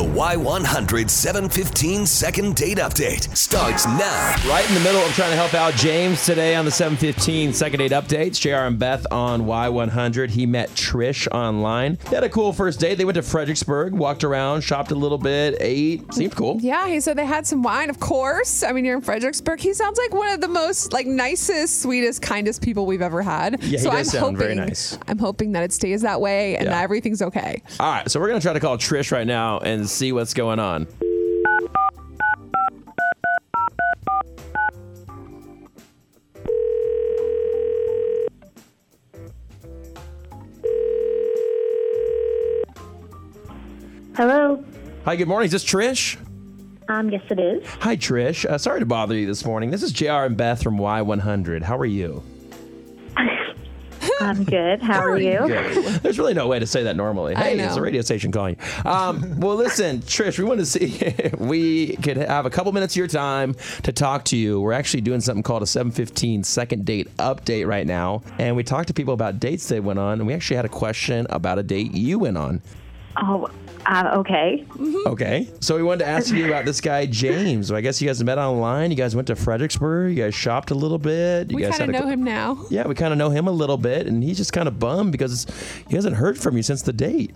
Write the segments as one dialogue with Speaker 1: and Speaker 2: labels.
Speaker 1: Y100 715 second date update starts now.
Speaker 2: Right in the middle of trying to help out James today on the 715 second date updates. JR and Beth on Y100. He met Trish online. They had a cool first date. They went to Fredericksburg, walked around, shopped a little bit, ate. Seemed cool.
Speaker 3: Yeah, he said they had some wine, of course. I mean, you're in Fredericksburg. He sounds like one of the most like nicest, sweetest, kindest people we've ever had.
Speaker 2: Yeah, he
Speaker 3: so
Speaker 2: does
Speaker 3: I'm
Speaker 2: sound
Speaker 3: hoping,
Speaker 2: very nice.
Speaker 3: I'm hoping that it stays that way and
Speaker 2: Yeah.
Speaker 3: that everything's okay.
Speaker 2: All right, so we're going to try to call Trish right now and see what's going on.
Speaker 4: Hello.
Speaker 2: Hi, good morning. Is this Trish?
Speaker 4: Um, yes, it is.
Speaker 2: Hi, Trish. Uh, sorry to bother you this morning. This is JR and Beth from Y100. How are you?
Speaker 4: I'm good. How are you?
Speaker 2: There's really no way to say that normally. Hey, it's
Speaker 3: know.
Speaker 2: a radio station calling you. Um, well, listen, Trish, we want to see if we could have a couple minutes of your time to talk to you. We're actually doing something called a 715 second date update right now. And we talked to people about dates they went on. And we actually had a question about a date you went on.
Speaker 4: Oh, uh, okay.
Speaker 2: Okay. So we wanted to ask you about this guy, James. Well, I guess you guys met online. You guys went to Fredericksburg. You guys shopped a little bit. You
Speaker 3: We
Speaker 2: guys
Speaker 3: kind of
Speaker 2: had a-
Speaker 3: know him now.
Speaker 2: Yeah, we kind of know him a little bit. And he's just kind of bummed because he hasn't heard from you since the date.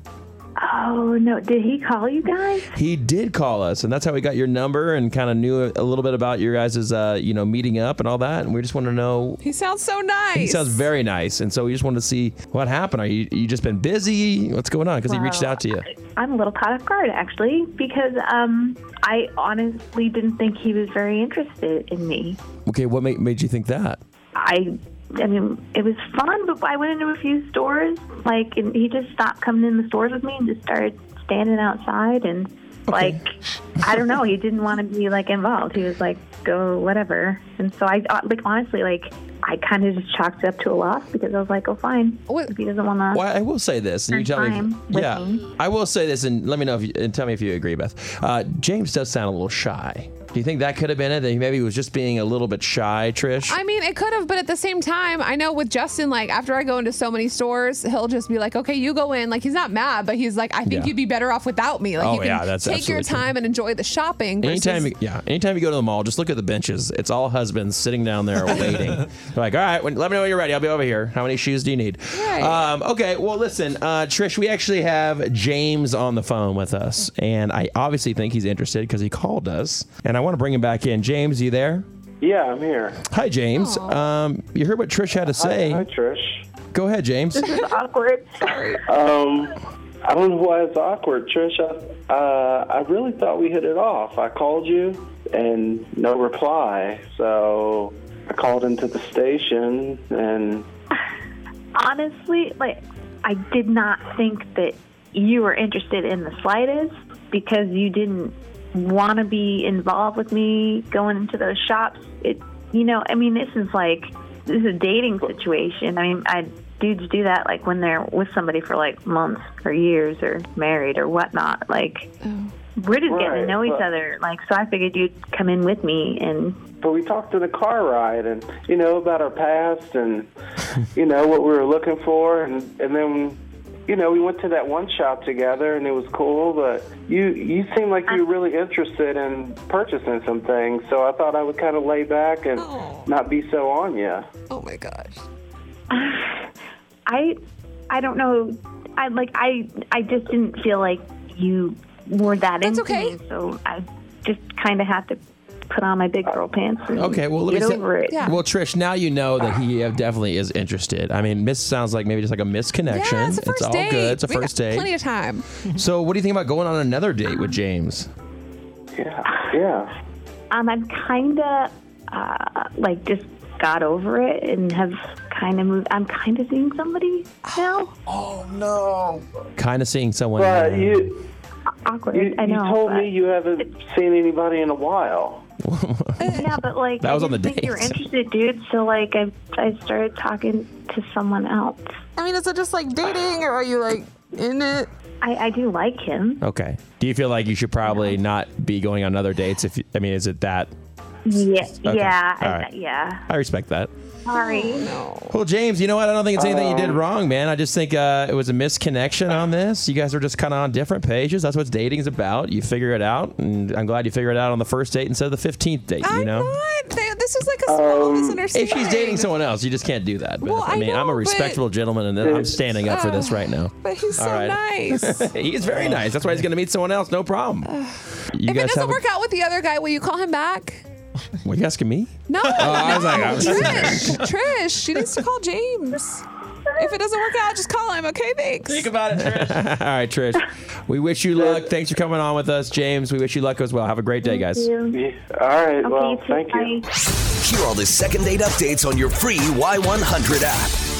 Speaker 4: Oh no, did he call you guys?
Speaker 2: He did call us, and that's how we got your number and kind of knew a little bit about your guys' uh, you know meeting up and all that. And we just want to know.
Speaker 3: He sounds so nice.
Speaker 2: He sounds very nice, and so we just wanted to see what happened. Are you you just been busy? What's going on? Because he reached
Speaker 4: Well,
Speaker 2: out to you.
Speaker 4: I'm a little caught off guard actually because um, I honestly didn't think he was very interested in me.
Speaker 2: Okay, what made, made you think that?
Speaker 4: I, I mean, it was fun, but I went into a few stores. Like, and he just stopped coming in the stores with me and just started standing outside and. Like, I don't know. He didn't want to be like involved. He was like, go whatever. And so I, uh, like, honestly, like, I kind of just chalked it up to a loss because I was like, oh, fine.
Speaker 3: What-
Speaker 4: If he doesn't want to.
Speaker 2: Well, I will say this, and you
Speaker 4: Spend
Speaker 2: tell me.
Speaker 4: time
Speaker 2: If,
Speaker 4: with
Speaker 2: yeah,
Speaker 4: me.
Speaker 2: I will say this, and let me know if you, and tell me if you agree, Beth. Uh, James does sound a little shy. Do you think that could have been it? That he maybe was just being a little bit shy, Trish.
Speaker 3: I mean, it could have, but at the same time, I know with Justin, like after I go into so many stores, he'll just be like, "Okay, you go in." Like he's not mad, but he's like, "I think
Speaker 2: Yeah.
Speaker 3: you'd be better off without me." Like
Speaker 2: Oh,
Speaker 3: you can
Speaker 2: yeah, that's
Speaker 3: take your
Speaker 2: absolutely true.
Speaker 3: time and enjoy the shopping. versus-
Speaker 2: Anytime, you, yeah. Anytime you go to the mall, just look at the benches. It's all husbands sitting down there waiting. They're like, "All right, when, let me know when you're ready. I'll be over here. How many shoes do you need?"
Speaker 3: Right.
Speaker 2: Um, okay. Well, listen, uh, Trish. We actually have James on the phone with us, and I obviously think he's interested because he called us, and I want to bring him back in. James, you there?
Speaker 5: Yeah, I'm here.
Speaker 2: Hi, James. Um, you heard what Trish had to say.
Speaker 5: Hi, Trish.
Speaker 2: Go ahead, James.
Speaker 4: It's awkward.
Speaker 5: Um, I don't know why it's awkward, Trish. I, uh, I really thought we hit it off. I called you and no reply, so I called into the station and
Speaker 4: honestly, like I did not think that you were interested in the slightest because you didn't want to be involved with me going into those shops. It, you know, I mean, this is like this is a dating situation. I mean, I dudes do that like when they're with somebody for like months or years or married or whatnot. Like we're just getting to
Speaker 5: Right,
Speaker 4: know each
Speaker 5: but-
Speaker 4: other. Like, so I figured you'd come in with me and
Speaker 5: but we talked in the car ride and you know about our past and you know what we were looking for and and then you know we went to that one shop together and it was cool but you you seemed like you were really interested in purchasing some things so i thought i would kind of lay back and
Speaker 4: Oh.
Speaker 5: not be so on you
Speaker 3: Oh my gosh.
Speaker 4: I I don't know. I like I I just didn't feel like you were that
Speaker 3: That's
Speaker 4: into
Speaker 3: okay.
Speaker 4: me, so I just kind of had to put on my big girl pants. And
Speaker 2: Okay, well, let
Speaker 4: get
Speaker 2: me say-
Speaker 4: over it.
Speaker 3: Yeah.
Speaker 2: Well, Trish, now you know that he uh, definitely is interested. I mean, miss sounds like maybe just like a misconnection.
Speaker 3: Yeah, it's the first
Speaker 2: all
Speaker 3: date.
Speaker 2: good. It's a
Speaker 3: We got
Speaker 2: first date.
Speaker 3: Plenty of time.
Speaker 2: So, what do you think about going on another date with James?
Speaker 5: yeah yeah
Speaker 4: Um, I'm kind of uh, like just got over it and have kind of moved. I'm kind of seeing somebody now.
Speaker 2: Kind of seeing someone.
Speaker 5: but
Speaker 2: new.
Speaker 5: you
Speaker 4: Awkward.
Speaker 5: you,
Speaker 4: I know.
Speaker 5: you told
Speaker 4: but-
Speaker 5: me you haven't seen anybody in a while
Speaker 4: Yeah, but like
Speaker 2: That was
Speaker 4: I
Speaker 2: on the
Speaker 4: didn't think you were
Speaker 2: date.
Speaker 4: interested, dude. So like I I started talking to someone else.
Speaker 3: I mean, is it just like dating, or are you like in it?
Speaker 4: I I do like him.
Speaker 2: Okay. Do you feel like you should probably not be going on other dates? If you, I mean, is it that
Speaker 4: Yeah,
Speaker 2: Okay.
Speaker 4: yeah,
Speaker 2: All
Speaker 4: I-
Speaker 2: right.
Speaker 4: yeah.
Speaker 2: I respect that.
Speaker 4: Sorry.
Speaker 2: Well, James, you know what? I don't think it's anything you did wrong, man. I just think uh, it was a misconnection on this. You guys were just kind of on different pages. That's what dating's about. You figure it out, and I'm glad you figured it out on the first date instead of the fifteenth date.
Speaker 6: I'm
Speaker 2: you know, Um,
Speaker 6: not. They- This was like a small misunderstanding.
Speaker 2: if she's dating someone else, you just can't do that. But
Speaker 6: Well,
Speaker 2: I
Speaker 6: I
Speaker 2: mean, I'm
Speaker 6: know,
Speaker 2: a
Speaker 6: but- Oh.
Speaker 2: respectable gentleman, and I'm standing up for this right now.
Speaker 6: But he's so
Speaker 2: All right.
Speaker 6: nice. if
Speaker 2: He's very nice. That's why he's going to meet someone else. No problem. You
Speaker 3: If it doesn't
Speaker 2: have a-
Speaker 3: work out with the other guy, will you call him back?
Speaker 2: What, you asking me?
Speaker 3: No.
Speaker 2: was like, I was-
Speaker 6: Trish, Trish, she needs to call James. If it doesn't work out, just call him. Okay, thanks.
Speaker 2: about it, Trish. All right, Trish. We wish you luck. Thanks for coming on with us, James. We wish you luck as well. Have a great day, guys.
Speaker 5: Yeah. All right.
Speaker 4: Okay,
Speaker 5: well,
Speaker 4: you too.
Speaker 5: thank you.
Speaker 4: Bye.
Speaker 1: Hear all the second date updates on your free Y100 app.